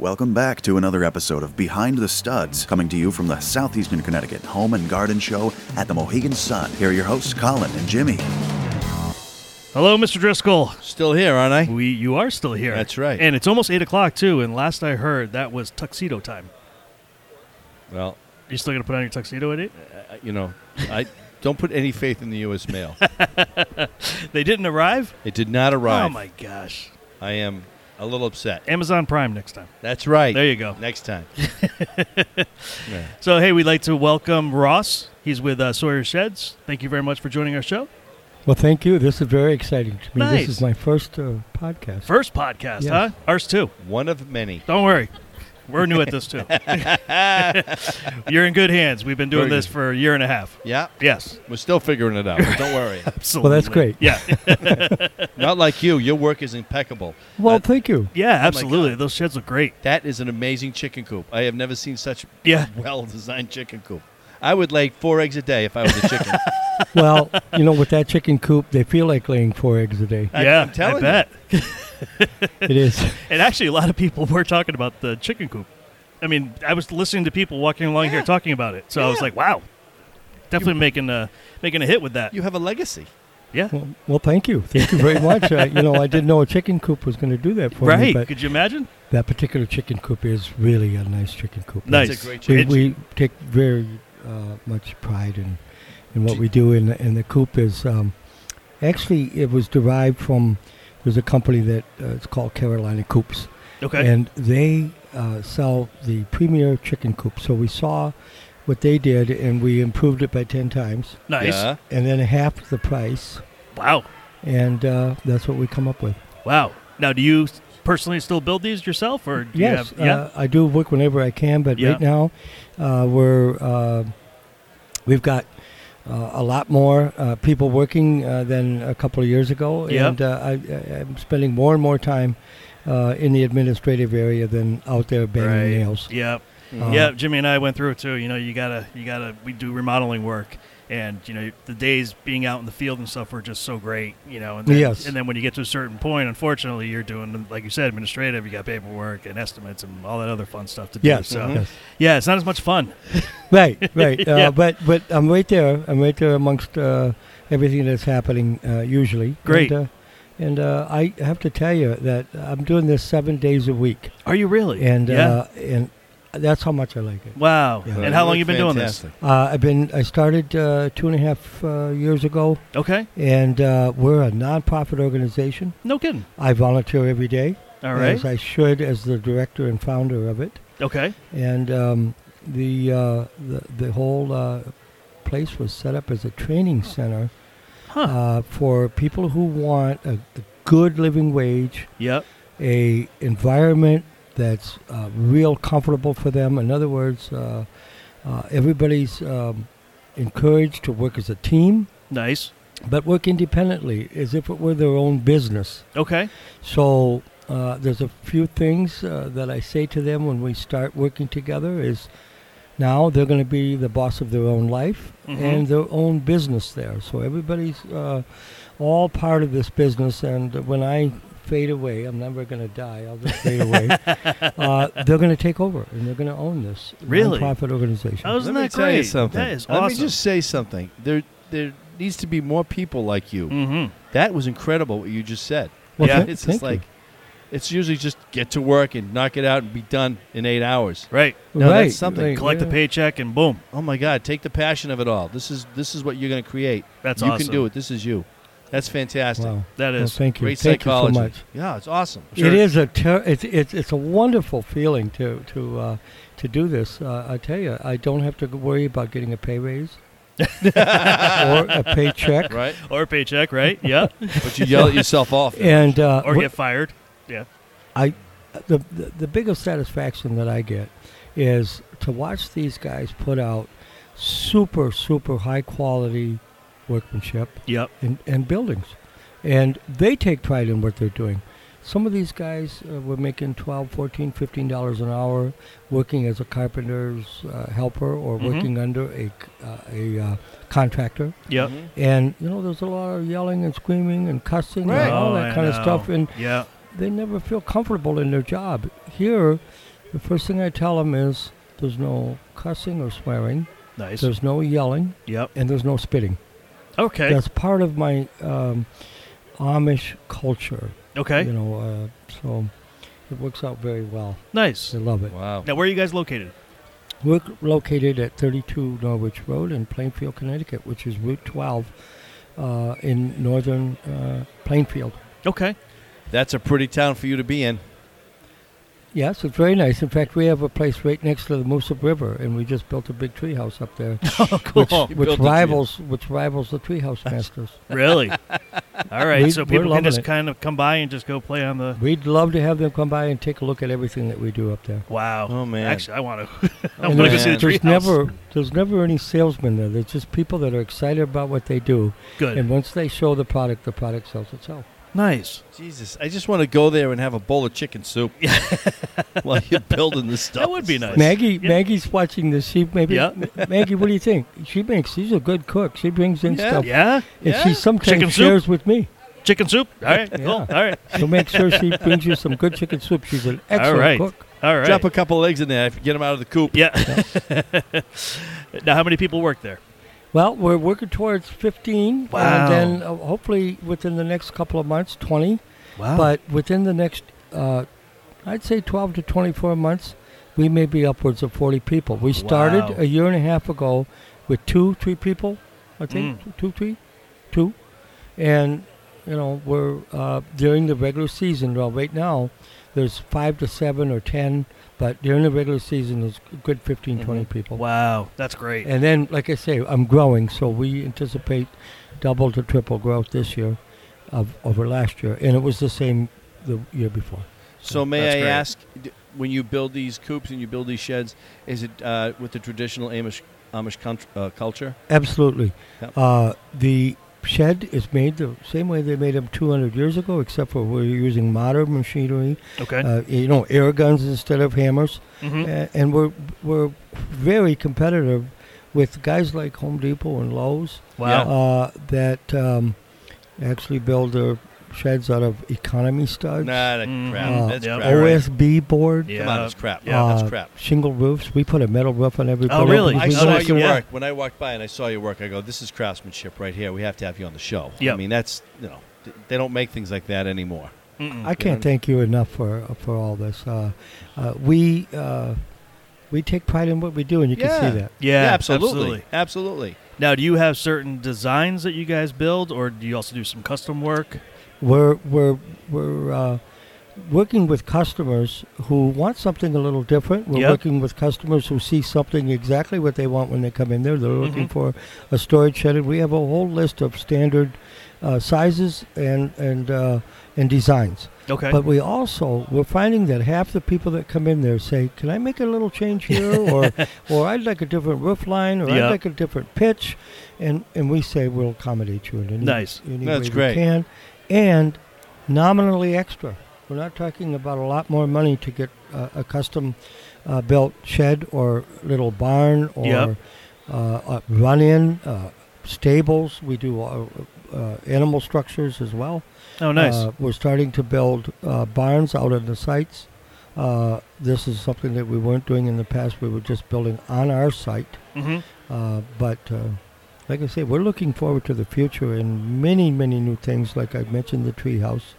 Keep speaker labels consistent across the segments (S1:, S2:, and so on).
S1: Welcome back to another episode of Behind the Studs, coming to you from the Southeastern Connecticut Home and Garden Show at the Mohegan Sun. Here are your hosts, Colin and Jimmy.
S2: Hello, Mr. Driscoll.
S3: Still here, aren't I?
S2: We, you are still here.
S3: That's right.
S2: And it's almost eight o'clock too. And last I heard, that was tuxedo time.
S3: Well,
S2: You still gonna put on your tuxedo at eight?
S3: I- you know, I don't put any faith in the U.S. mail.
S2: They didn't arrive.
S3: It did not
S2: Oh
S3: arrive.
S2: my gosh!
S3: I am a little upset.
S2: Amazon Prime next time.
S3: That's right.
S2: There you go.
S3: Next time. Yeah.
S2: So hey, we'd like to welcome Ross. He's with uh, Sawyer Sheds. Thank you very much for joining our show.
S4: Well, thank you. This is very exciting to me.
S2: Nice.
S4: This is my first uh, podcast.
S2: First podcast,
S4: Yes.
S2: huh? Ours too.
S3: One of many.
S2: Don't worry. We're new at this too. You're in good hands. We've been doing
S3: Very good.
S2: this for a year and a half.
S3: Yeah.
S2: Yes.
S3: We're still figuring it out. but Don't worry.
S2: Absolutely.
S4: that's great.
S2: Yeah.
S3: Not like you. Your work is impeccable.
S4: Well,
S3: Uh,
S4: thank you.
S2: Yeah, absolutely. Those sheds look great.
S3: that is an amazing chicken coop. I have never seen such
S2: Yeah.
S3: well-designed chicken coop. I would lay four eggs a day if I was a chicken.
S4: Well, you know, with that chicken coop, they feel like laying four eggs a day.
S3: I'm
S2: yeah,
S3: telling
S2: I
S3: you.
S2: bet.
S4: It is.
S2: And actually, a lot of people were talking about the chicken coop. I mean, I was listening to people walking along here talking about it, so I was like, "Wow, definitely making a making a hit with that."
S3: you have a legacy.
S2: yeah,
S4: Well, well, thank you. Thank you very much. Uh, you know, I didn't know a chicken coop was going to do that for me,
S2: right?
S4: but
S2: Could you imagine?
S4: that particular chicken coop is really a nice chicken coop.
S2: Nice.
S3: It's a great
S4: We,
S3: chicken.
S2: It's-
S4: we take very uh, much pride in in what we do, and and the coop is um, actually it was derived from there's a company that uh, it's called Carolina Coops,
S2: Okay,
S4: And they uh, sell the premier chicken coop. So we saw what they did and we improved it by 10 times
S2: nice.
S3: Yeah.
S4: and then half the price.
S2: Wow,
S4: And uh, that's what we come up with.
S2: wow. Now, do you personally still build these yourself, or do
S4: yes,
S2: you have? Yeah,
S4: uh, I do work whenever I can, but
S2: Yeah.
S4: right now uh, we're uh, we've got uh, a lot more uh, people working uh, than a couple of years ago,
S2: Yeah.
S4: and uh, I, I- I'm spending more and more time uh, in the administrative area than out there banging nails.
S2: yeah,
S4: Uh,
S2: yeah. Jimmy and I went through it too. You know, you gotta, you gotta. We do remodeling work, and you know, the days being out in the field and stuff were just so great. You know, and then,
S4: Yes.
S2: and then when you get to a certain point, unfortunately, you're doing like you said, administrative. You got paperwork and estimates and all that other fun stuff to do.
S4: Yes,
S2: so
S4: yes.
S2: yeah, it's not as much fun.
S4: Right, right. Uh,
S2: Yeah.
S4: But but I'm right there. I'm right there amongst uh, everything that's happening uh, usually.
S2: Great.
S4: And, uh, and uh, I have to tell you that I'm doing this seven days a week,
S2: Are you really?
S4: and
S2: yeah.
S4: uh, and that's how much I like it.
S2: wow.
S4: Yeah.
S2: And how long you been
S3: Fantastic.
S4: Uh, I've been I started uh, two and a half uh, years ago,
S2: doing this? Okay.
S4: and uh, we're a nonprofit organization.
S2: No kidding.
S4: I volunteer every day,
S2: All right.
S4: as I should, as the director and founder of it.
S2: okay.
S4: and um, the, uh, the the whole uh, place was set up as a training center
S2: Huh.
S4: uh, for people who want a, a good living wage,
S2: yep.
S4: a environment that's uh, real comfortable for them. In other words, uh, uh, everybody's um, encouraged to work as a team,
S2: Nice.
S4: but work independently as if it were their own business.
S2: Okay.
S4: So uh, there's a few things uh, that I say to them when we start working together is now they're going to be the boss of their own life
S2: Mhm.
S4: and their own business there. So everybody's uh, all part of this business. And when I fade away, I'm never going to die. I'll just fade away. Uh, they're going to take over and they're going to own this
S2: Really?
S4: nonprofit organization.
S2: Oh, Isn't
S3: Let me
S2: that
S3: tell you
S2: great?
S3: something.
S2: That is
S3: Let me
S2: awesome.
S3: just say something. There, there needs to be more people like you.
S2: Mm-hmm.
S3: That was incredible what you just said.
S4: Mm. Well,
S2: Yeah,
S4: thank-
S3: it's
S4: thank
S3: just
S4: you.
S3: like, it's usually just get to work and knock it out and be done in eight hours.
S2: Right.
S3: No, that's
S4: Right,
S3: something.
S4: right,
S2: Collect
S4: yeah.
S2: the paycheck and boom.
S3: Oh my God! Take the passion of it all. This is this is what you're going to create.
S2: That's
S3: you
S2: awesome.
S3: can do it. This is you. That's fantastic.
S4: Wow.
S2: That
S4: Well,
S2: is.
S4: thank you.
S3: Great
S4: thank
S3: psychology.
S4: you so much.
S3: Yeah, it's awesome.
S2: Sure.
S4: It is a ter- it's, it's it's a wonderful feeling to to uh, to do this. Uh, I tell you, I don't have to worry about getting a pay raise or a paycheck,
S3: Right?
S2: or a paycheck, right? Yeah.
S3: But you yell at yourself off.
S4: and uh,
S2: or
S4: wh-
S2: get fired. Yeah.
S4: I the, the the biggest satisfaction that I get is to watch these guys put out super super high quality workmanship
S2: Yep.
S4: and, and buildings, and they take pride in what they're doing. Some of these guys uh, were making 12, 14, 15 dollars an hour, working as a carpenter's uh, helper or
S2: Mhm.
S4: working under a c- uh, a uh, contractor.
S2: Yep.
S4: Mm-hmm.
S3: Mhm.
S4: And you know, there's a lot of yelling and screaming and cussing
S3: Right.
S4: and all
S2: Oh,
S4: that
S2: I
S4: kind of
S2: know.
S4: stuff. And
S2: Yeah.
S4: they never feel comfortable in their job. Here, the first thing I tell them is there's no cussing or swearing,
S2: Nice.
S4: there's no yelling,
S2: yep.
S4: and there's no spitting.
S2: Okay.
S4: That's part of my um, Amish culture.
S2: okay.
S4: You know, uh, so it works out very well.
S2: Nice.
S4: I love it.
S3: Wow.
S2: Now, where are you guys located?
S4: We're located at 32 Norwich Road in Plainfield, Connecticut, which is Route 12 uh, in northern uh, Plainfield.
S2: Okay.
S3: That's a pretty town for you to be in.
S4: Yes, it's very nice. In fact, we have a place right next to the Moosup River, and we just built a big treehouse up there,
S2: Oh, cool.
S3: You
S4: which
S3: built a tree-
S4: rivals which rivals the treehouse masters.
S2: really? All right.
S4: We-
S2: so
S4: we're
S2: people can
S4: loving
S2: just
S4: it.
S2: kind of come by and just go play on the.
S4: We'd love to have them come by and take a look at everything that we do up there.
S2: Wow.
S3: Oh, man.
S2: Actually, I want to. I
S4: And
S2: want to go
S4: there's-
S2: see the
S3: man.
S2: treehouse.
S4: there's never there's never any salesmen there. There's just people that are excited about what they do,
S2: Good.
S4: and once they show the product, the product sells itself.
S2: Nice.
S3: Jesus, I just want to go there and have a bowl of chicken soup while you're building this stuff.
S2: That would be nice.
S4: Maggie,
S2: Yeah.
S4: Maggie's watching the sheep. Maybe
S2: Yeah.
S4: Ma- Maggie, what do you think? She makes. She's a good cook. She brings in
S3: Yeah.
S4: stuff,
S2: Yeah.
S4: and
S3: Yeah.
S4: she sometimes
S2: Chicken soup?
S4: shares with me.
S2: Chicken soup. All right.
S4: Yeah.
S2: Cool. All right.
S4: So make sure she brings you some good chicken soup. She's an excellent
S2: right.
S4: cook.
S2: All right.
S3: Drop a couple eggs in there if you get them out of the coop.
S2: yeah. now, how many people work there?
S4: Well, we're working towards 15,
S2: Wow.
S4: and then uh, hopefully within the next couple of months, 20.
S2: Wow.
S4: But within the next, uh, I'd say 12 to 24 months, we may be upwards of 40 people. We started
S2: Wow.
S4: a year and a half ago with two, three people, I think,
S2: Mm.
S4: two, three, two. And, you know, we're uh, during the regular season, well, right now, there's five to seven or 10, but during the regular season, there's a good 15, 20
S2: Mm-hmm.
S4: people.
S2: wow. That's great.
S4: And then, like I say, I'm growing, so we anticipate double to triple growth this year of, over last year, and it was the same the year before.
S3: So may
S2: That's
S3: I
S2: great.
S3: ask, d- when you build these coops and you build these sheds, is it uh, with the traditional Amish Amish country, uh, culture?
S4: Absolutely,
S3: Yep.
S4: uh, the shed is made the same way they made them 200 years ago, except for we're using modern machinery.
S2: okay.
S4: Uh, you know, air guns instead of hammers,
S2: hmm
S4: A- and we're we're very competitive with guys like Home Depot and Lowe's.
S2: Wow.
S4: uh, that um, actually build their sheds out of economy studs,
S3: Nah, that
S2: Mm.
S3: crap.
S4: Uh,
S3: that's
S2: yep.
S3: crap.
S4: OSB board,
S2: Yeah.
S3: Come on, that's crap.
S2: Yeah,
S3: that's
S4: uh,
S3: crap.
S4: shingle roofs. We put a metal roof on every.
S2: Oh,
S4: building.
S2: really?
S4: We
S3: I
S2: Oh,
S3: saw
S4: looked
S2: that's
S3: your
S4: at it.
S2: yeah.
S3: work when I walked by and I saw your work. I go, this is craftsmanship right here. We have to have you on the show.
S2: Yep.
S3: I mean, that's you know, th- they don't make things like that anymore.
S2: Mm-mm.
S4: I can't thank you enough for for all this. Uh, uh, we uh, we take pride in what we do, and you
S3: Yeah.
S4: can see that.
S2: yeah,
S3: absolutely, absolutely.
S2: Now, do you have certain designs that you guys build, or do you also do some custom work?
S4: We're we're we're uh, working with customers who want something a little different. We're
S2: Yep.
S4: working with customers who see something exactly what they want when they come in there. They're looking
S2: Mhm.
S4: for a storage shed, and we have a whole list of standard uh, sizes and and uh, and designs.
S2: Okay.
S4: But we also we're finding that half the people that come in there say, "Can I make a little change here?" or "Or I'd like a different roof line," or
S2: Yeah.
S4: "I'd like a different pitch," and and we say we'll accommodate you in any,
S2: Nice.
S4: any
S3: That's
S4: way
S3: great.
S4: we can, and nominally extra. We're not talking about a lot more money to get uh, a custom uh, built shed or little barn or
S2: Yep.
S4: uh, a run-in uh, stables. We do uh, uh, animal structures as well.
S2: oh, nice.
S4: Uh, we're starting to build uh, barns out on the sites. Uh, this is something that we weren't doing in the past. We were just building on our site.
S2: hmm
S4: Uh, but uh, like I say, we're looking forward to the future and many, many new things. Like I mentioned, the treehouse.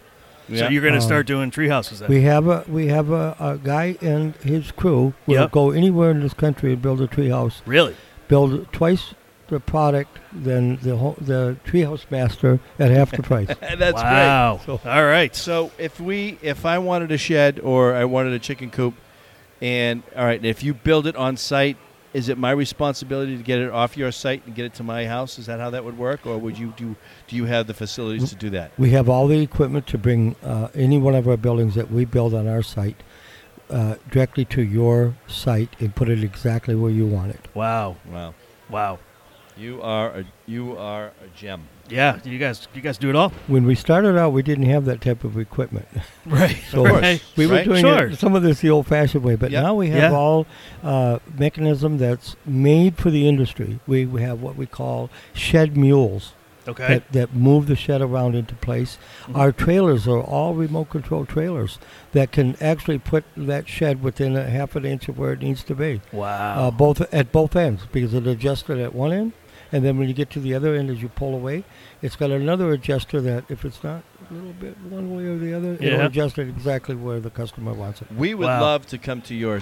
S2: So you're going to
S4: Um,
S2: start doing tree houses then?
S4: We have a we have a, a guy and his crew will
S2: Yep.
S4: go anywhere in this country and build a treehouse.
S2: really?
S4: Build twice the product than the ho- the treehouse master at half the price.
S3: that's great.
S2: wow. All right.
S3: So if we, if I wanted a shed or I wanted a chicken coop, and all right, if you build it on site, is it my responsibility to get it off your site and get it to my house? Is that how that would work, or would you do? Do you have the facilities to do that?
S4: We have all the equipment to bring uh, any one of our buildings that we build on our site uh, directly to your site and put it exactly where you want it.
S2: Wow.
S3: Wow,
S2: Wow.
S3: you are a you are a gem.
S2: Yeah. You guys, you guys do it all?
S4: When we started out, we didn't have that type of equipment.
S2: Right.
S4: So
S3: Of course,
S2: Right.
S4: we
S3: right?
S4: were doing
S2: Sure.
S4: it, some of this the old-fashioned way, but
S3: Yep.
S4: now we have
S2: Yeah.
S4: all uh, mechanism that's made for the industry. We, we have what we call shed mules.
S2: Okay. Mm-hmm.
S4: that, that move the shed around into place. Our trailers are all remote control trailers that can actually put that shed within a half an inch of where it needs to be.
S2: wow.
S4: Uh, both at both ends because it adjusted at one end, and then when you get to the other end, as you pull away, it's got another adjuster that if it's not a little bit one way or the other,
S2: Yeah.
S4: it'll adjust it exactly where the customer wants it.
S3: We would
S2: Wow.
S3: love to come to your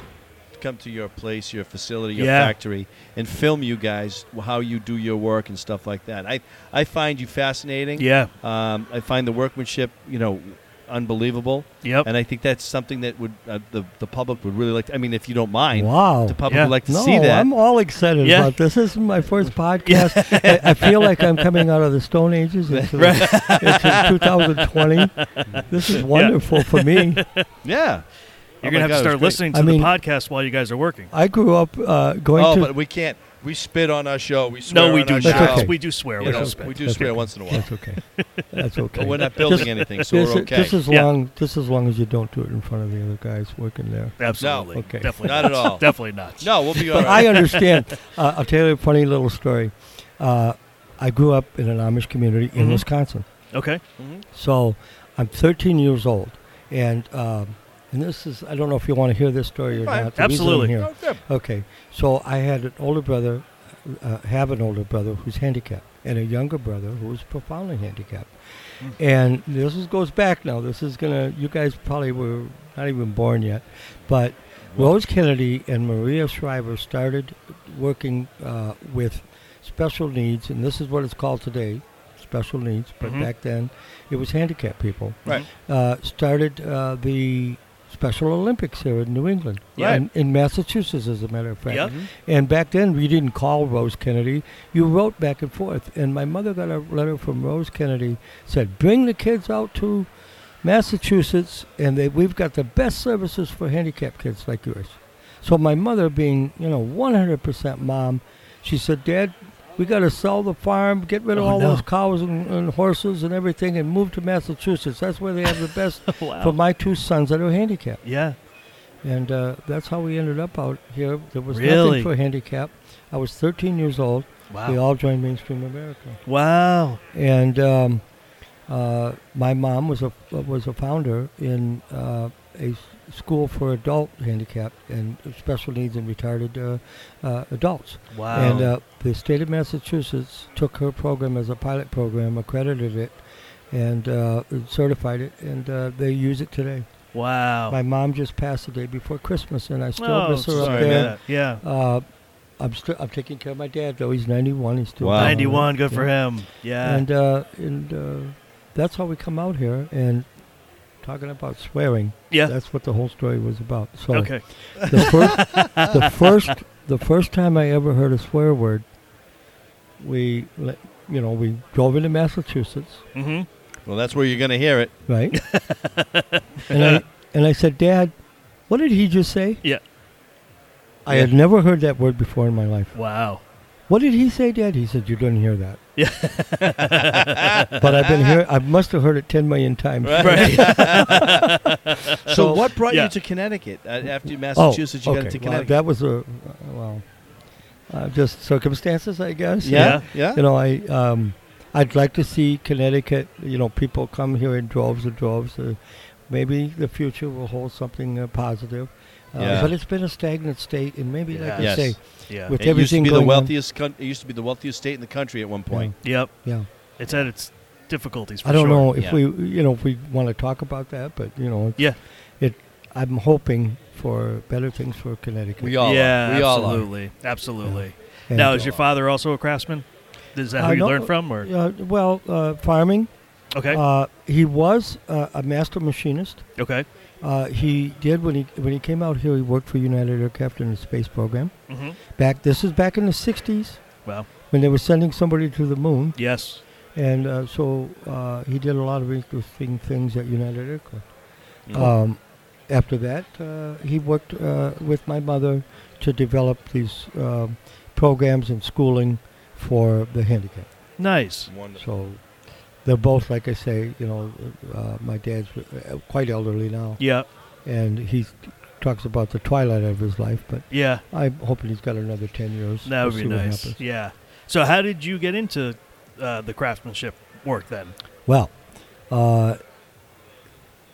S3: come to your place, your facility, your
S2: Yeah.
S3: factory, and film you guys how you do your work and stuff like that. I I find you fascinating.
S2: yeah.
S3: Um, I find the workmanship, you know, unbelievable.
S2: Yep.
S3: And I think that's something that would uh, the the public would really like. To, I mean, if you don't mind,
S4: Wow.
S3: the public
S2: Yeah.
S3: would like to
S4: no,
S3: see that.
S4: I'm all excited
S2: Yeah.
S4: about this. This is my first podcast. I, I feel like I'm coming out of the Stone Ages into, into 2020. This is wonderful for me.
S3: yeah,
S2: You're
S3: Oh
S2: gonna
S3: my
S2: have
S3: God, it
S2: to start
S3: was great.
S2: listening to
S4: I mean-
S2: the podcast while you guys are working.
S4: I grew up uh, going
S3: Oh,
S4: to.
S3: but we can't. We spit on our show. We swear
S2: No, we
S3: on
S2: do
S3: our
S2: not.
S4: That's
S3: show.
S4: okay.
S2: We do swear.
S3: You
S2: we
S3: know,
S2: don't spit.
S3: we do swear once in a while,
S4: that's okay. That's okay.
S3: but we're not building
S4: Just-
S3: anything, so we're
S4: this,
S3: okay.
S4: This is
S2: Yeah.
S4: long. Just as long as you don't do it in front of the other guys working there.
S2: Absolutely.
S3: No.
S4: Okay.
S2: Definitely
S3: Not at all.
S2: Definitely not.
S3: no, we'll be all
S4: But I
S3: right.
S4: understand. Uh, I'll tell you a funny little story. Uh, I grew up in an Amish community in
S3: Mm-hmm.
S2: Mhm.
S4: Wisconsin.
S2: Okay.
S4: So I'm 13 years old, and um, and this is I don't know if you want to hear this story or
S3: Fine.
S4: not. The reason I'm
S2: Absolutely.
S4: here-
S3: Oh, good.
S4: Okay. So I had an older brother, uh, have an older brother who's handicapped, and a younger brother who was profoundly handicapped. And this is, goes back now. This is gonna. You guys probably were not even born yet, but Rose Kennedy and Maria Shriver started working uh, with special needs, and this is what it's called today, special needs. But
S2: Mhm.
S4: back then, it was handicapped people
S3: Right.
S4: uh, started uh, the Special Olympics here in New England,
S3: Right.
S4: in, in Massachusetts, as a matter of fact. Mm-hmm.
S2: Yep.
S4: And back then, we didn't call Rose Kennedy. You wrote back and forth. And my mother got a letter from Rose Kennedy, said, "Bring the kids out to Massachusetts, and they, we've got the best services for handicapped kids like yours." So my mother, being you know 100% mom, she said, "Dad." We got to sell the farm, get rid of
S2: Oh,
S4: all
S2: no.
S4: those cows and, and horses and everything, and move to Massachusetts. That's where they have the best
S2: Wow.
S4: for my two sons that are handicapped.
S2: yeah.
S4: And uh, that's how we ended up out here. There was
S2: Really?
S4: nothing for handicap. I was 13 years old. We
S2: Wow.
S4: all joined Mainstream America.
S2: Wow.
S4: And um, uh, my mom was a was a founder in uh, a s- school for adult handicapped and special needs and retarded uh, uh, adults.
S2: Wow.
S4: And uh, the state of Massachusetts took her program as a pilot program, accredited it, and uh, certified it, and uh, they use it today.
S2: wow.
S4: My mom just passed the day before Christmas, and I still
S2: Oh,
S4: miss her
S2: sorry
S4: up
S3: to hear
S4: there.
S2: about that. Yeah.
S4: Uh, I'm still I'm taking care of my dad though. He's 91. He's still
S3: Wow.
S4: around.
S2: 91. Good for
S4: Yeah.
S2: him. Yeah.
S4: And uh, and uh, that's how we come out here and talking about swearing.
S2: yeah.
S4: That's what the whole story was about. So
S2: Okay.
S4: the first the first the first time I ever heard a swear word, we le- you know we drove into Massachusetts,
S2: hmm
S3: Well, that's where you're going to hear it.
S4: right? and I and I said, Dad, what did he just say?
S2: Yeah.
S4: I had never heard that word before in my life.
S2: Wow.
S4: What did he say, Dad? He said, "You didn't hear that."
S2: Yeah.
S4: but I've been here. I must have heard it ten million times.
S2: Right.
S3: So, what brought
S2: Yeah.
S3: you to Connecticut uh, after
S4: Oh,
S3: Massachusetts? you
S4: okay.
S3: got to
S4: Well,
S3: Connecticut.
S4: that was a well, uh, just circumstances, I guess.
S3: yeah,
S4: You know, I um, I'd like to see Connecticut. You know, people come here in droves and droves. Uh, maybe the future will hold something uh, positive. Uh,
S3: Yeah.
S4: But it's been a stagnant state, and maybe, like
S2: Yes.
S4: I say,
S2: yeah.
S4: With-
S3: It used to
S4: everything
S3: be the
S4: going on.
S3: wealthiest. Con- it used to be the wealthiest state in the country at one point.
S2: yep.
S4: yeah.
S2: It's had its difficulties. For
S4: I don't
S2: sure.
S4: know if
S3: yeah.
S4: we, you know, if we want to talk about that, but you know,
S2: Yeah.
S4: it. I'm hoping for better things for Connecticut.
S3: We all
S2: yeah.
S3: are. We all are.
S2: absolutely. Absolutely.
S4: And,
S2: Now, is your
S3: are.
S2: father also a craftsman? Is that who
S4: Uh,
S2: you
S4: no,
S2: learned from? Or
S4: uh, well, uh, farming.
S2: okay.
S4: Uh, he was uh, a master machinist.
S2: okay.
S4: Uh, he did when he when he came out here. He worked for United Aircraft in the space program.
S2: hmm
S4: Back this is back in the '60s
S2: Wow.
S4: when they were sending somebody to the moon,
S2: Yes.
S4: and uh, so uh, he did a lot of interesting things at United Aircraft.
S3: Mm.
S4: Um, after that, uh, he worked uh, with my mother to develop these um programs and schooling for the handicapped.
S2: Nice.
S3: Wonderful.
S4: So they're both, like I say, you know, uh, my dad's uh, quite elderly now,
S2: Yeah.
S4: and he talks about the twilight of his life. But
S2: Yeah.
S4: I'm hoping he's got another ten years.
S2: That would
S4: We'll
S2: be
S4: see what
S2: nice.
S4: happens.
S2: Yeah. So, how did you get into uh, the craftsmanship work then?
S4: Well, uh,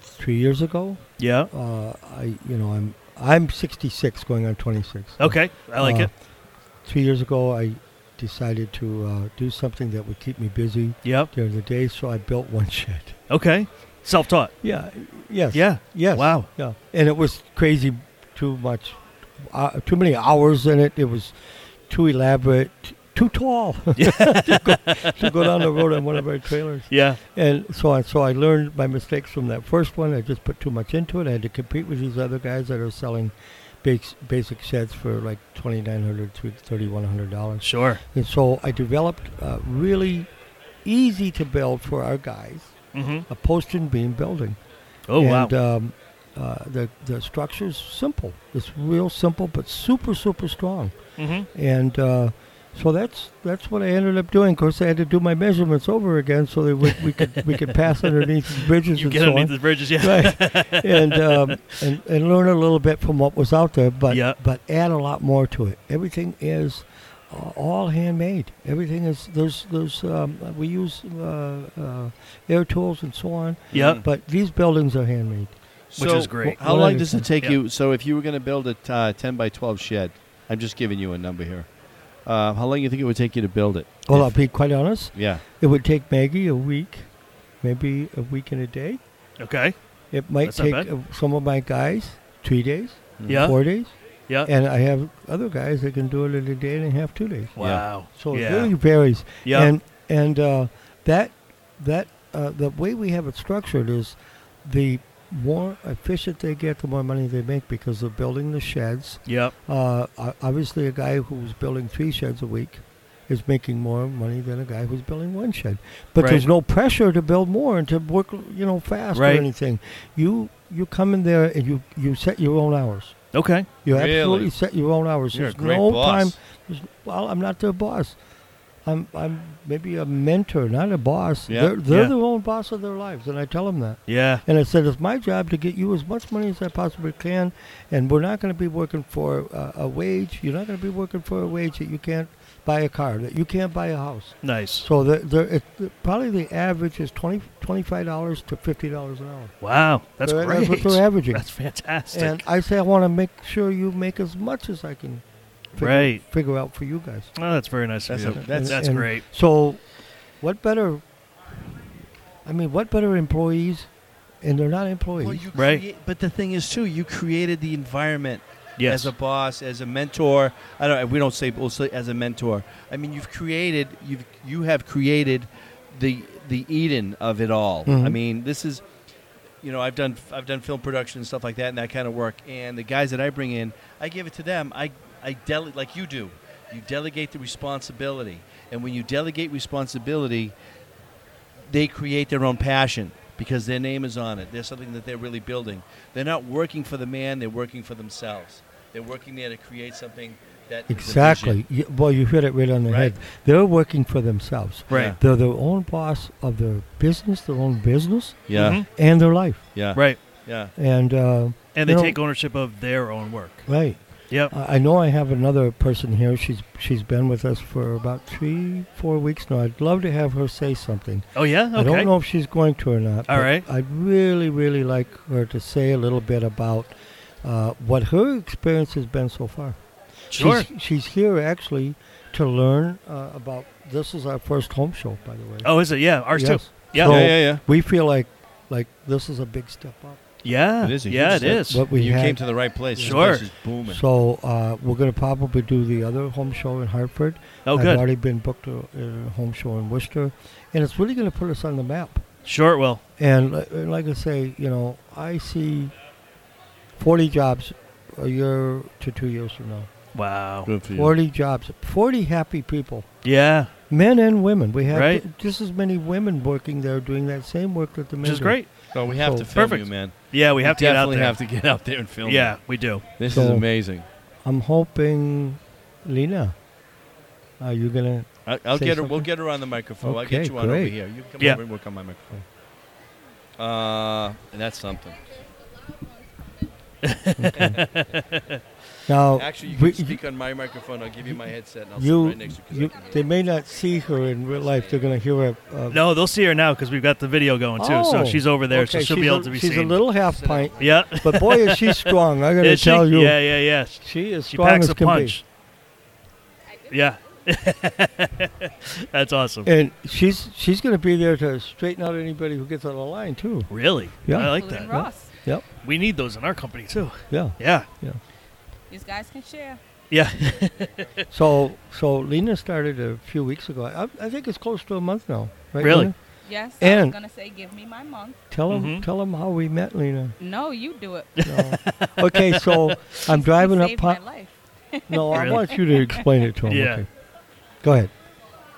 S4: three years ago,
S2: Yeah.
S4: uh, I you know I'm I'm 66, going on 26.
S2: Okay, I like
S4: Uh,
S2: it.
S4: Three years ago, I decided to uh, do something that would keep me busy
S2: Yep.
S4: during the day, so I built one shed.
S2: Okay. Self-taught.
S4: Yeah. Yes.
S2: Yeah.
S4: Yes.
S2: Wow.
S4: Yeah. And it was crazy, too much, uh, too many hours in it. It was too elaborate, too tall to, go, to go down the road on one of our trailers.
S2: Yeah.
S4: And so I so I learned my mistakes from that first one. I just put too much into it. I had to compete with these other guys that are selling bas- basic sets for like twenty nine hundred to thirty one hundred dollars.
S2: Sure.
S4: And so I developed uh, really easy to build for our guys
S2: Mm-hmm.
S4: a post and beam building.
S2: Oh wow.
S4: and, Um, uh, the the structure's simple. It's real simple, but super super strong.
S2: hmm
S4: And uh, so that's that's what I ended up doing. Of course, I had to do my measurements over again so that we, we could we could pass underneath the bridges
S2: You
S4: and
S2: get
S4: so on.
S2: underneath the bridges. Yeah.
S4: right. And, um, and and learn a little bit from what was out there, but
S2: Yeah.
S4: but add a lot more to it. Everything is uh, all handmade. Everything is there's there's um, we use uh, uh, air tools and so on.
S2: Yep.
S4: But these buildings are handmade.
S2: Which is great.
S3: How
S4: Well,
S3: long
S4: that
S3: does
S4: is-
S3: it take
S2: yeah.
S3: you? So, if you were going to build a t- uh, 10 by 12 shed, I'm just giving you a number here. Uh, how long do you think it would take you to build it?
S4: Well,
S3: If-
S4: I'll be quite honest.
S3: yeah.
S4: It would take Maggie a week, maybe a week and a day.
S2: Okay.
S4: It might
S2: That's not
S4: take
S2: bad.
S4: uh, some of my guys three days,
S2: Yeah. Uh,
S4: four days,
S2: Yeah.
S4: and I have other guys that can do it in a day and a half, two days.
S2: wow.
S4: So
S2: yeah.
S4: it really varies.
S2: Yeah.
S4: And and uh, that that uh, the way we have it structured is the more efficient they get, the more money they make because they're building the sheds.
S2: yep.
S4: Uh, o- obviously, a guy who's building three sheds a week is making more money than a guy who's building one shed. But
S2: Right.
S4: there's no pressure to build more and to work, you know, fast
S2: Right.
S4: or anything. You you come in there and you you set your own hours.
S2: Okay.
S4: You
S3: Really?
S4: absolutely set your own hours.
S3: You're a
S4: there's
S3: great
S4: no
S3: boss.
S4: time. There's, well, I'm not their boss. I'm I'm maybe a mentor, not a boss.
S3: Yeah.
S4: They're they're
S2: Yeah.
S4: their own boss of their lives, and I tell them that.
S2: Yeah.
S4: And I said, it's my job to get you as much money as I possibly can, and we're not going to be working for uh, a wage. You're not going to be working for a wage that you can't buy a car, that you can't buy a house.
S2: Nice.
S4: So the, the, it, the, probably the average is 20 $25 to $50 an hour.
S2: Wow. That's
S4: They're-
S2: great.
S4: That's what they're averaging.
S2: That's fantastic.
S4: and I say, I want to make sure you make as much as I can figure,
S2: Right.
S4: figure out for you guys.
S2: oh, that's very nice.
S3: That's
S2: of you.
S3: a- that's-
S2: that's
S4: and
S2: great.
S4: So, what better? I mean, what better employees? And they're not employees.
S2: Right.
S3: but the thing is, too, you created the environment
S2: Yes.
S3: as a boss, as a mentor. I don't. We don't say we'll say as a mentor. I mean, you've created. You've you have created the the Eden of it all. I
S4: Mhm.
S3: mean, this is. You know, I've done I've done film production and stuff like that, and that kind of work. And the guys that I bring in, I give it to them. I I dele- like you do. You delegate the responsibility, and when you delegate responsibility, they create their own passion because their name is on it. There's something that they're really building. They're not working for the man, they're working for themselves. They're working there to create something that is a
S4: Exactly.
S3: vision.
S4: You, well, you hit it right on the
S3: Right.
S4: head. They're working for themselves.
S2: Right.
S4: They're their own boss of their business, their own business,
S3: Yeah.
S2: Mhm.
S4: and their life.
S3: Yeah.
S2: Right.
S3: Yeah.
S4: And uh,
S2: And they
S4: you know,
S2: take ownership of their own work.
S4: right.
S2: Yep.
S4: I I know I have another person here. She's she's been with us for about three, four weeks now. I'd love to have her say something.
S2: Oh yeah. Okay.
S4: I don't know if she's going to or not.
S2: All
S4: but
S2: right.
S4: I'd really, really like her to say a little bit about uh, what her experience has been so far.
S2: Sure.
S4: She's, she's here actually to learn uh, about. This is our first home show, by the way.
S2: Oh, is it? Yeah. Ours
S4: Yes.
S2: too. Yeah.
S4: So-
S3: Yeah, yeah, yeah.
S4: We feel like like this is a big step up.
S2: yeah.
S3: It is a
S2: yeah.
S3: huge
S2: It is.
S4: What we
S3: you
S4: had.
S3: came to the right place. This
S2: Sure.
S3: place is booming.
S4: so uh, we're going to probably do the other home show in Hartford.
S2: Oh,
S4: I've
S2: good.
S4: already been booked a, a home show in Worcester, and it's really going to put us on the map.
S2: Sure. Well.
S4: And li- and like I say, you know, I see forty jobs a year to two years from now.
S2: Wow.
S3: Good for you.
S4: Forty jobs, forty happy people.
S2: Yeah.
S4: Men and women. We have
S2: Right.
S4: ju- just as many women working there doing that same work that the men
S2: Which is
S4: do.
S2: great.
S3: Oh, we have
S4: So-
S3: to film
S2: Perfect.
S3: you, man.
S2: Yeah. We have to get out
S3: definitely
S2: there.
S3: have to get out there and film.
S2: yeah.
S3: it.
S2: We do.
S3: This is
S4: So-
S3: amazing.
S4: I'm hoping, Lena, are you gonna?
S3: I, I'll
S4: Say
S3: get her. We'll
S4: something?
S3: get her on the microphone. I'll
S4: Okay,
S3: get you on over
S4: great.
S3: here. You come
S2: Yeah.
S3: over and work on my microphone. Uh, and that's something.
S4: Now,
S3: Actually, you
S4: we-
S3: can speak on my microphone. I'll give you my headset and I'll
S4: you,
S3: sit right next to you. 'cause I
S4: you
S3: can hear
S4: they may not see her in real life. They're going to hear her. Uh,
S2: No, they'll see her now because we've got the video going too. so
S4: Oh,
S2: she's over there, so
S4: okay,
S2: she'll
S4: she's
S2: be able
S4: a,
S2: to be
S4: She's
S2: seen.
S4: a little half pint,
S2: yeah.
S4: but boy, is she strong! I got to
S2: Is she?
S4: tell you,
S2: Yeah, yeah, yeah.
S4: she is
S2: She
S4: strong
S2: packs
S4: as
S2: a
S4: can
S2: punch. Yeah. That's awesome.
S4: be. And she's she's going to be there to straighten out anybody who gets on the line too.
S2: Really?
S4: Yeah.
S2: I like
S5: Including
S2: that.
S5: Ross.
S4: Yep.
S2: We need those in our company too.
S4: Yeah.
S2: Yeah.
S5: These guys can share.
S2: Yeah.
S4: So so Lena started a few weeks ago. I, I think it's close to a month now. Right,
S2: Really?
S4: Lena?
S5: Yes, I
S4: And-
S5: was gonna say, give me my month.
S4: Tell them
S2: Mhm.
S4: how we met, Lena.
S5: No, you do it.
S4: No. okay, so I'm
S5: You
S4: driving up.
S5: saved my
S4: Po-
S5: life.
S4: no, I
S2: Really?
S4: want you to explain it to him.
S2: Yeah.
S4: Okay. Go ahead.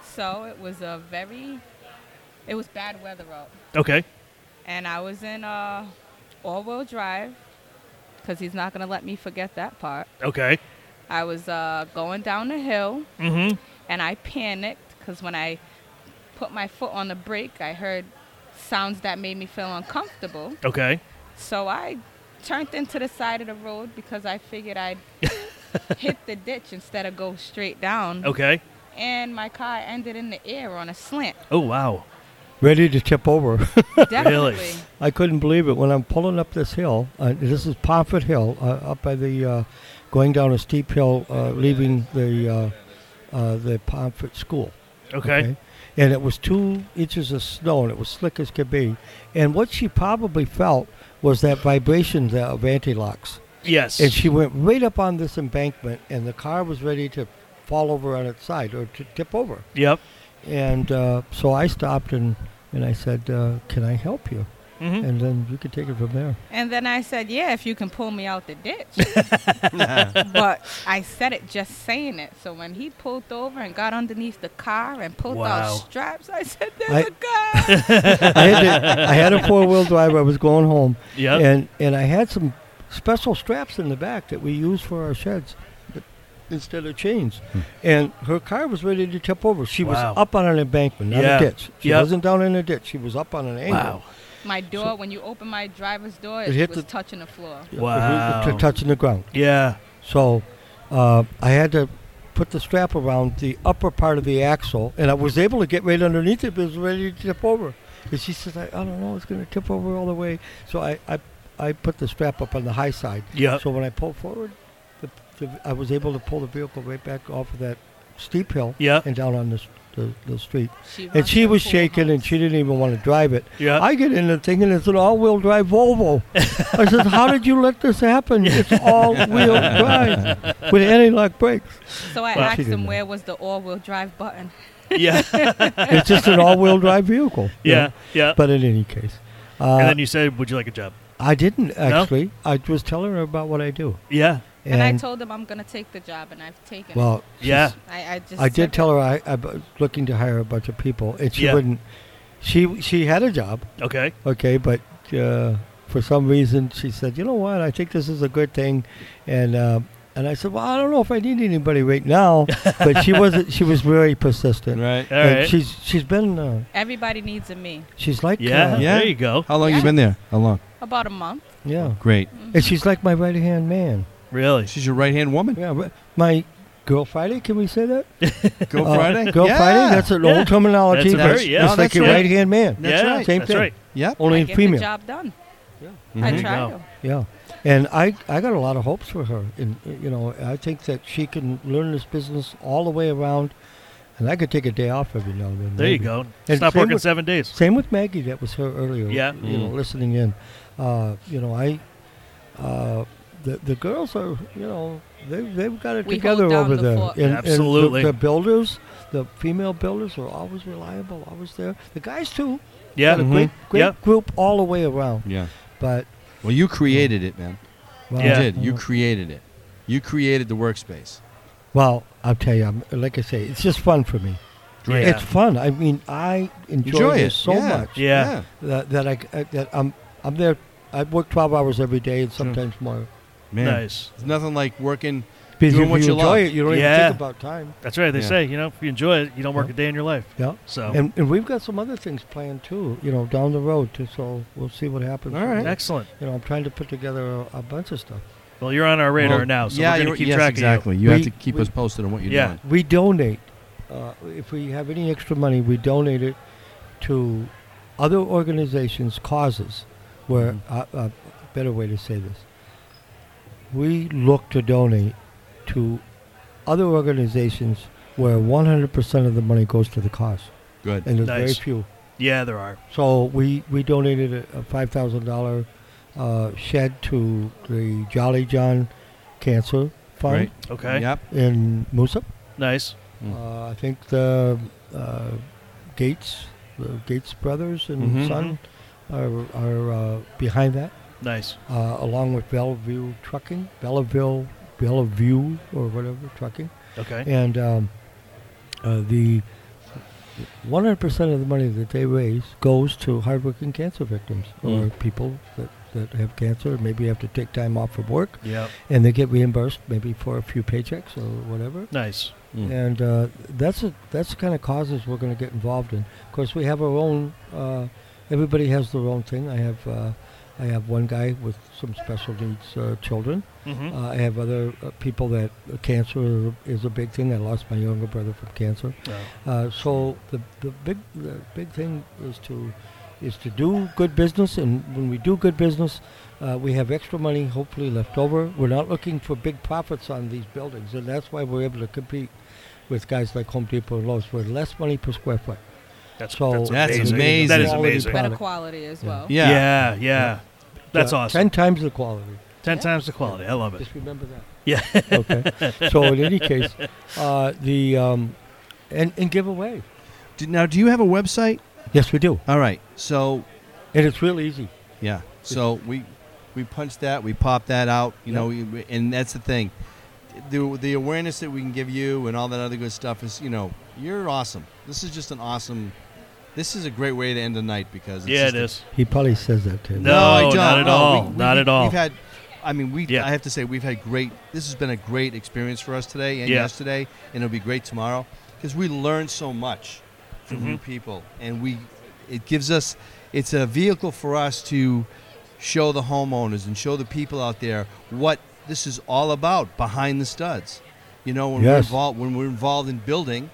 S5: So it was a very, it was bad weather out,
S2: Okay.
S5: and I was in uh, all-wheel drive, because he's not gonna let me forget that part.
S2: Okay.
S5: I was uh, going down the hill,
S2: Mm-hmm.
S5: and I panicked because when I put my foot on the brake, I heard sounds that made me feel uncomfortable.
S2: Okay.
S5: So I turned into the side of the road because I figured I'd hit the ditch instead of go straight down.
S2: Okay.
S5: And my car ended in the air on a slant.
S2: Oh wow.
S4: Ready to tip over.
S5: Definitely.
S4: I couldn't believe it when I'm pulling up this hill. Uh, this is Pomfret Hill, uh, up by the, uh, going down a steep hill, uh, leaving the uh, uh, the Pomfret School.
S2: Okay.
S4: And it was two inches of snow, and it was slick as could be. And what she probably felt was that vibration tha- of anti-locks.
S2: Yes.
S4: And she went right up on this embankment, and the car was ready to fall over on its side or to tip over.
S2: Yep.
S4: And uh, so I stopped and, and I said, uh, "Can I help you?"
S2: Mm-hmm.
S4: And then you could take it from there.
S5: And then I said, Yeah, if you can pull me out the ditch. but I said it just saying it. So when he pulled over and got underneath the car and pulled
S2: Wow.
S5: out straps, I said, There's
S4: I-
S5: a guy.
S4: I had, to, I had a four wheel drive. I was going home,
S2: Yep.
S4: and and I had some special straps in the back that we use for our sheds but instead of chains. And her car was ready to tip over. She
S2: Hmm. Wow.
S4: was up on an embankment, not
S2: Yeah.
S4: a ditch. She
S2: Yep.
S4: wasn't down in a ditch. She was up on an angle.
S2: wow.
S5: my door, when you open my driver's door,
S4: It
S5: it,
S4: hit
S5: was
S4: the-
S5: touching the floor.
S4: It was-
S2: Wow.
S4: To touching the ground.
S2: Yeah.
S4: So uh, I had to put the strap around the upper part of the axle, and I was able to get right underneath it, but it was ready to tip over. And she says, I, I don't know, it's going to tip over all the way. So I, I, I put the strap up on the high side.
S2: Yep.
S4: So when I pulled forward, the, the, I was able to pull the vehicle right back off of that steep hill
S2: Yep.
S4: and down on the, s- the, the street.
S5: She
S4: And
S5: wants
S4: she
S5: a
S4: was
S5: pool
S4: shaking, and
S5: house.
S4: she didn't even want to drive it.
S2: Yeah.
S4: I get in the thing, and it's an all-wheel drive Volvo. I said, "How did you let this happen? It's all-wheel drive with anti-lock brakes.
S5: So I
S4: Well, she
S5: asked
S4: didn't
S5: him
S4: know.
S5: where was the all-wheel drive button.
S2: yeah.
S4: It's just an all-wheel drive vehicle." you
S2: Yeah.
S4: know.
S2: Yeah.
S4: But in any case, uh,
S2: and then you said, "Would you like a job?"
S4: I didn't actually. I was telling her about what I do.
S2: Yeah.
S5: And, I told him I'm gonna take the job, and I've taken it.
S4: well, she's-
S2: Yeah.
S5: I, I just
S4: I did
S5: said
S4: tell her I, I'm looking to hire a bunch of people, and she
S2: Yeah.
S4: wouldn't. She she had a job,
S2: Okay.
S4: okay, but uh, for some reason she said, "You know what? I think this is a good thing," and uh, and I said, "Well, I don't know if I need anybody right now," but she wasn't. She was very persistent.
S3: Right.
S2: All
S4: And
S2: right.
S4: She's she's been uh,
S5: everybody needs a me.
S4: she's like
S2: yeah.
S4: uh,
S3: Yeah.
S2: There you go.
S3: How long you
S5: Yeah.
S3: been there? How long?
S5: About a month.
S4: yeah,
S3: Great.
S4: and she's like my right hand man.
S2: Really.
S3: She's your right hand woman.
S4: Yeah, but my girl Friday. Can we say that?
S3: Go
S4: Uh,
S3: Friday.
S4: Girl
S3: yeah.
S4: Friday. That's an
S2: Yeah.
S4: old terminology.
S2: That's a
S4: but
S2: very- yeah.
S4: It's
S2: No,
S4: like
S3: that's
S4: your
S3: right.
S4: right hand man,
S3: That's
S2: yeah,
S3: right.
S4: Same
S2: that's
S4: thing.
S2: right.
S3: Yep.
S4: only
S5: I
S4: in
S5: get
S4: female. Mm-hmm.
S5: the job done.
S3: Mhm.
S5: I
S2: There you
S5: tried.
S2: go.
S5: to.
S4: Yeah, and I I got a lot of hopes for her, and uh, you know I think that she can learn this business all the way around, and I could take a day off every now and then.
S2: There you
S4: maybe.
S2: go.
S4: And
S2: Stop
S4: same
S2: working
S4: with-
S2: seven days.
S4: Same with Maggie, that was her earlier.
S2: Yeah.
S4: you know,
S3: Mm.
S4: listening in. Uh, you know, I uh, the the girls are you know they they've got it
S5: We hold
S4: together
S5: down
S4: over
S5: the
S4: there.
S5: fort.
S4: And, and the-
S2: Absolutely.
S4: the, builders, the female builders are always reliable, always there. The guys too.
S2: Yeah. Mm-hmm.
S4: Got a great great
S2: Yep.
S4: group all the way around.
S3: Yeah.
S4: But
S3: Well, you created it, man.
S4: well,
S2: Yeah.
S3: You did. You created it. You created the workspace.
S4: Well, I'll tell you, I'm, like I say, it's just fun for me.
S2: Great.
S4: It's fun. I mean, I enjoy,
S3: Enjoy
S4: this
S3: it.
S4: so
S3: Yeah.
S4: much
S2: Yeah.
S4: that, that I I- that I'm I'm there. I work 12 hours every day and sometimes more.
S3: Man.
S2: Nice.
S3: There's nothing like working
S4: busy
S6: Doing
S4: if
S6: what
S4: you
S6: you
S4: enjoy
S6: love.
S4: it. You don't
S2: Yeah.
S4: even think about time.
S2: That's right. They
S6: Yeah.
S2: say you know if you enjoy it, you don't work a day in your life.
S4: Yeah.
S2: So
S4: And, and we've got some other things planned too, you know, down the road. Too, so we'll see what happens.
S6: All
S4: from
S6: right.
S4: there.
S2: excellent.
S4: You know, I'm trying to put together a, a bunch of stuff.
S2: Well, you're on our radar
S6: Well,
S2: now, so
S6: yeah,
S2: we're
S6: you're-
S2: gonna keep
S6: yes,
S2: track
S3: exactly. You have
S4: We-
S3: to keep
S4: we-
S3: us posted on what you're
S2: Yeah.
S3: doing.
S4: We donate. Uh, if we have any extra money, we donate it to other organizations' causes. Where uh, uh, better way to say this, we look to donate to other organizations where 100% of the money goes to the cause,
S3: Good.
S4: and there's very
S2: Nice. of
S4: few.
S2: you. Yeah, there are.
S4: So we, we donated a, a five thousand thousand dollar uh, shed to the Jolly John Cancer Fund
S3: Right.
S2: Okay.
S3: Yep.
S4: in Moosup.
S2: Nice.
S3: Mm.
S4: Uh, I think the uh, Gates, the Gates brothers and
S3: Mhm.
S4: son, are, are uh, behind that,
S2: Nice.
S4: uh, along with Bellevue Trucking, Belleville, Bellevue or whatever Trucking,
S2: Okay.
S4: and um, uh, the 100% of the money that they raise goes to hardworking cancer victims or people that, that have cancer, maybe have to take time off from work,
S2: Yeah.
S4: and they get reimbursed maybe for a few paychecks or whatever.
S2: Nice.
S3: Mm.
S4: And uh, that's a, that's the kind of causes we're going to get involved in. Of course, we have our own. Uh, everybody has their own thing. I have uh, I have one guy with some special needs uh, children.
S2: Mm-hmm.
S4: Uh, I have other uh, people that uh, cancer is a big thing. I lost my younger brother from cancer. Uh, so the, the big the big thing is to is to do good business, and when we do good business, uh, we have extra money hopefully left over. We're not looking for big profits on these buildings, and that's why we're able to compete with guys like Home Depot and Lowe's for less money per square foot.
S2: That's
S4: So-
S2: that's
S3: That's
S2: amazing.
S3: amazing.
S2: That is
S4: Quality
S2: amazing.
S4: product.
S5: Better quality as well.
S3: Yeah.
S2: Yeah. yeah. That's
S4: Uh,
S2: awesome.
S4: Ten times the quality.
S2: Ten
S5: Yeah.
S2: times the quality. I love it.
S4: Just remember that.
S2: Yeah.
S4: okay. So in any case, uh, the um, and and give away.
S3: Do- Now, do you have a website?
S4: Yes, we do,
S3: All right. So,
S4: and it's real easy.
S3: yeah. So we we punch that, we pop that out, you know, we- we- and that's the thing. The, the awareness that we can give you and all that other good stuff is, you know, you're awesome. This is just an awesome. This is a great way to end the night because it's
S2: Yeah,
S3: just
S2: it
S3: a-
S2: is.
S4: He probably says that too.
S2: No, not at all. Not at all.
S3: We've had, I mean, we.
S2: Yeah.
S3: I have to say, we've had great. This has been a great experience for us today and
S2: Yeah.
S3: yesterday, and it'll be great tomorrow because we learn so much from new
S2: Mm-hmm.
S3: people, and we. It gives us. It's a vehicle for us to show the homeowners and show the people out there what this is all about behind the studs. You know, when we're
S4: Yes.
S3: involved when we're involved in building,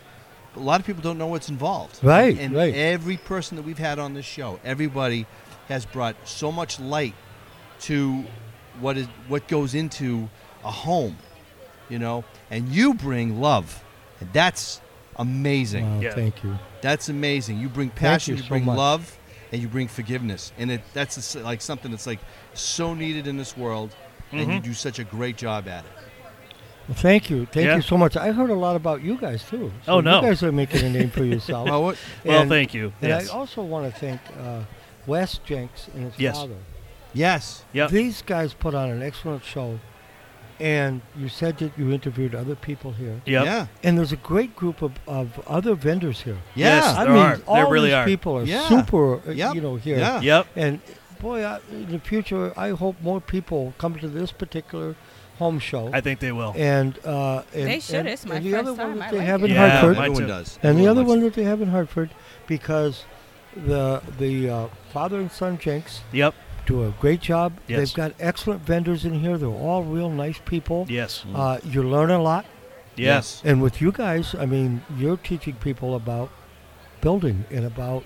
S3: a lot of people don't know what's involved.
S4: Right,
S3: And
S4: right.
S3: every person that we've had on this show, everybody has brought so much light to what is what goes into a home, you know. And you bring love, and that's amazing.
S4: Wow,
S2: Yeah.
S4: Thank you.
S3: That's amazing. You bring passion,
S4: you
S3: you,
S4: so
S3: bring
S4: much.
S3: love, and you bring forgiveness, and it that's the s- like something that's like so needed in this world, and
S2: Mm-hmm.
S3: you do such a great job at it.
S4: Well, thank you. Thank
S2: Yeah.
S4: you so much. I heard a lot about you guys too. So
S2: Oh, no.
S4: You guys are making a name for yourself.
S3: Well, what,
S2: Well,
S4: And-
S2: thank you.
S4: And
S2: Yes.
S4: I also want to thank uh, Wes Jenks and his
S2: Yes.
S4: father.
S3: yes,
S2: Yep.
S4: These guys put on an excellent show. And you said that you interviewed other people here.
S2: Yep.
S3: yeah,
S4: And there's a great group of, of other vendors here.
S3: yeah.
S2: Yes.
S4: I
S2: There
S4: mean,
S2: are. There
S4: all
S2: really
S4: these
S2: are.
S4: people are
S3: Yeah.
S4: super, uh,
S3: Yep.
S4: you know, here.
S3: Yeah.
S2: Yep.
S4: And boy, I, in the future, I hope more people come to this particular home show.
S2: I think they will.
S4: and, uh, and
S5: They should.
S4: and-
S5: It's my
S4: and the
S5: first
S4: other one
S5: time.
S4: that
S5: I
S4: they
S5: like
S4: have
S5: it.
S4: in
S2: Yeah,
S4: Hartford,
S2: mine
S3: everyone
S2: too.
S3: does.
S4: and the
S3: Everyone
S4: other
S3: likes
S4: one that they have in Hartford, because the the uh, father and son Jenks
S2: Yep.
S4: do a great job.
S2: Yes.
S4: They've got excellent vendors in here. They're all real nice people.
S2: Yes.
S4: Uh, you learn a lot,
S2: Yes.
S4: and with you guys, I mean, you're teaching people about building and about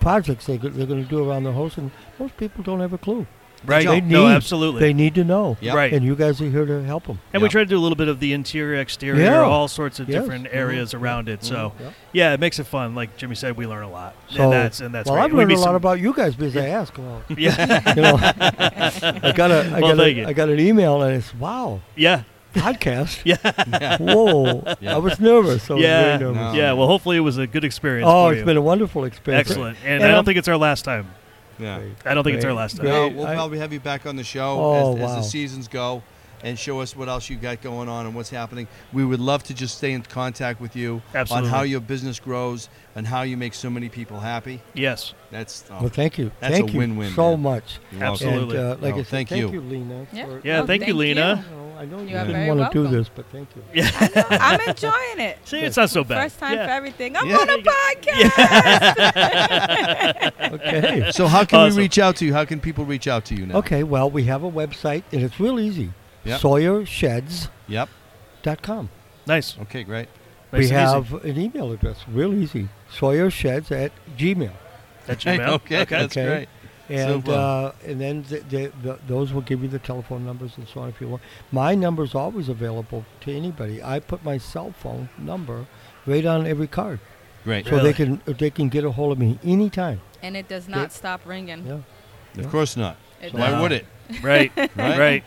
S4: projects they, they're going to do around their house, and most people don't have a clue.
S2: Right.
S3: They
S2: no,
S4: need-
S2: absolutely.
S4: They need to know,
S3: Yep.
S2: Right.
S4: and you guys are here to help them.
S2: and we
S3: Yeah.
S2: try to do a little bit of the interior, exterior,
S4: Yeah.
S2: all sorts of
S4: Yes. Mm-hmm.
S2: different areas around it. So,
S4: Yeah.
S2: yeah, it makes it fun. Like Jimmy said, we learn a lot,
S4: So,
S2: and that's and that's.
S4: well,
S2: great.
S4: I've
S2: We
S4: learned a
S2: meet
S4: lot
S2: some-
S4: about you guys because I ask about.
S2: Yeah,
S4: You know, I got a, I
S2: Well,
S4: got
S2: thank you.
S4: a, I got an email and it's wow
S2: yeah,
S4: podcast.
S2: Yeah.
S4: Whoa, I was nervous. I was
S2: yeah,
S4: very nervous.
S3: No.
S2: yeah. Well, hopefully it was a good experience.
S4: Oh,
S2: for
S4: it's
S2: you.
S4: been a wonderful experience.
S2: excellent, and,
S4: And
S2: I don't
S4: I'm-
S2: think it's our last time.
S3: Yeah.
S2: I don't think it's our
S4: Great.
S2: last time.
S4: Great.
S3: No, we'll
S4: I-
S3: probably have you back on the show as,
S4: Oh,
S3: as
S4: wow.
S3: the seasons go and show us what else you got going on and what's happening. We would love to just stay in contact with you
S2: Absolutely.
S3: on how your business grows and how you make so many people happy.
S2: Yes,
S3: That's oh,
S4: Well, thank you.
S3: That's
S4: thank
S3: a
S4: you
S3: win-win,
S4: so
S3: man.
S4: much.
S3: you're welcome.
S2: Absolutely.
S4: And, uh, like
S3: No,
S4: I said,
S3: thank
S4: thank
S3: you.
S4: you, Lena.
S5: Yeah.
S4: for-
S2: Yeah,
S5: Oh,
S2: thank you, Lena.
S4: you know, I know you
S5: You are
S4: didn't
S5: very
S4: want to do
S5: welcome.
S4: this, but thank you.
S5: I'm enjoying it.
S2: See, it's not so bad.
S5: First time
S2: Yeah.
S5: for everything. I'm
S7: Yeah.
S5: on a podcast.
S4: Okay.
S7: So how can
S2: Awesome.
S7: we reach out to you? How can people reach out to you now?
S4: Okay, well, we have a website, and it's real easy.
S7: Yep.
S4: SawyerSheds.com.
S7: Yep.
S2: Nice.
S7: Okay, great.
S2: nice
S4: we
S2: and easy.
S4: have an email address, real easy. SawyerSheds at Gmail.
S2: That's your
S7: Hey,
S2: mail.
S7: okay, that's
S4: Okay.
S7: great.
S4: And
S7: Super.
S4: uh, and then th- th- th- those will give you the telephone numbers and so on if you want. My number's always available to anybody. I put my cell phone number right on every card,
S7: Great.
S4: so
S2: Really?
S4: they can uh, they can get a hold of me anytime.
S5: And it does not stop ringing.
S4: Yeah.
S7: Of course not.
S5: It
S7: Why
S5: does.
S7: would it?
S2: Right. right.
S7: Right.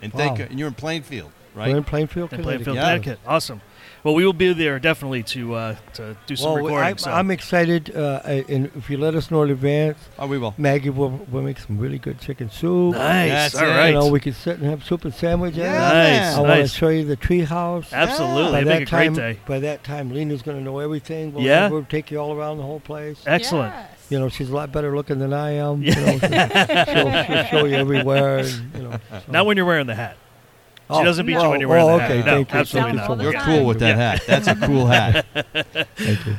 S7: And thank
S4: Wow.
S7: you. And you're in Plainfield,
S4: We're
S7: right?
S4: in Plainfield,
S2: In
S4: Connecticut.
S2: Plainfield,
S7: Yeah.
S2: Connecticut. Awesome. Well, we will be there definitely to uh, to do some
S4: Well,
S2: recording.
S4: I,
S2: so.
S4: I'm excited, uh, I- and if you let us know in advance,
S7: Oh, we will.
S4: Maggie will, will make some really good chicken soup.
S2: nice.
S7: That's
S2: All
S7: it.
S2: right.
S4: You know, we could sit and have soup and sandwiches.
S7: Yeah.
S2: nice.
S4: I want to
S2: nice.
S4: show you the treehouse.
S2: Absolutely.
S4: By
S2: I
S4: that
S2: think a
S4: time,
S2: great day.
S4: By that time, Lena's going to know everything. We'll,
S2: Yeah?
S4: We'll take you all around the whole place.
S2: Excellent.
S5: Yes.
S4: You know, she's a lot better looking than I am. You know, she'll, she'll, she'll show you everywhere. And, you know, so-
S2: Not when you're wearing the hat. She
S4: Oh,
S2: doesn't beat you
S4: no.
S2: when you're wearing
S4: oh,
S2: the
S4: okay,
S2: hat.
S4: Thank
S2: no,
S4: you.
S2: absolutely
S4: thank you
S5: Thank you
S4: so much.
S5: all the
S7: You're
S5: time.
S7: cool with that
S2: Yeah.
S7: hat. That's a cool hat.
S4: Thank you.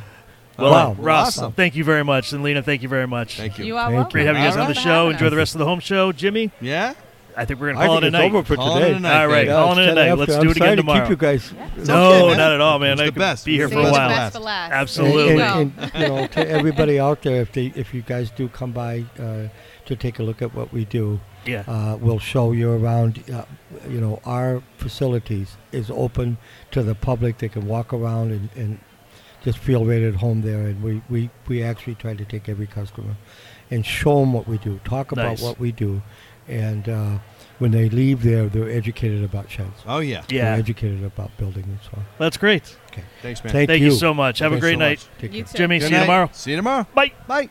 S2: Well,
S4: Oh, Wow.
S2: Ross,
S7: Awesome.
S2: thank you very much. And Lena, thank you very much.
S7: Thank you.
S5: You are
S4: Thank you.
S5: welcome.
S2: Great having you guys on the
S5: Thanks for
S2: show.
S5: having
S2: Enjoy the
S5: us.
S2: rest of the home show. Jimmy,
S7: Yeah?
S2: I think we're going to
S4: I
S2: call
S4: think
S2: it a
S4: it's
S2: night.
S4: over for
S7: Call it
S4: today.
S7: a night,
S2: All right.
S7: baby.
S4: Yeah,
S2: calling
S4: it's
S2: it a
S4: kinda
S2: night. Let's
S4: after.
S2: do
S4: I'm
S2: it again
S4: sorry to
S2: tomorrow.
S4: keep you guys uh,
S7: It's
S2: No,
S7: okay, man.
S2: not at all, man.
S7: It's
S2: I
S7: the
S2: could
S7: best.
S2: be here
S7: It's
S2: for a
S5: Save the
S7: best
S2: while.
S5: best for last.
S2: Absolutely.
S5: There
S4: And,
S5: you go.
S4: and, and, you know, to everybody out there, if they if you guys do come by uh, to take a look at what we do,
S2: yeah.
S4: uh, we'll show you around. Uh, you know, our facilities is open to the public. They can walk around and, and just feel right at home there. And we, we, we actually try to take every customer and show them what we do, talk about
S2: Nice.
S4: what we do. And uh, when they leave there, they're educated about sheds.
S7: Oh, yeah.
S4: They're
S2: yeah.
S4: educated about building and so on.
S2: That's great.
S7: Thanks, man.
S4: Thank,
S2: Thank you so much. Have a
S4: Thanks
S2: great
S4: so
S2: night.
S4: Take
S5: You
S4: care.
S5: too.
S2: Jimmy,
S7: Good
S2: see you
S7: night.
S2: tomorrow.
S7: See you tomorrow.
S2: Bye.
S7: Bye.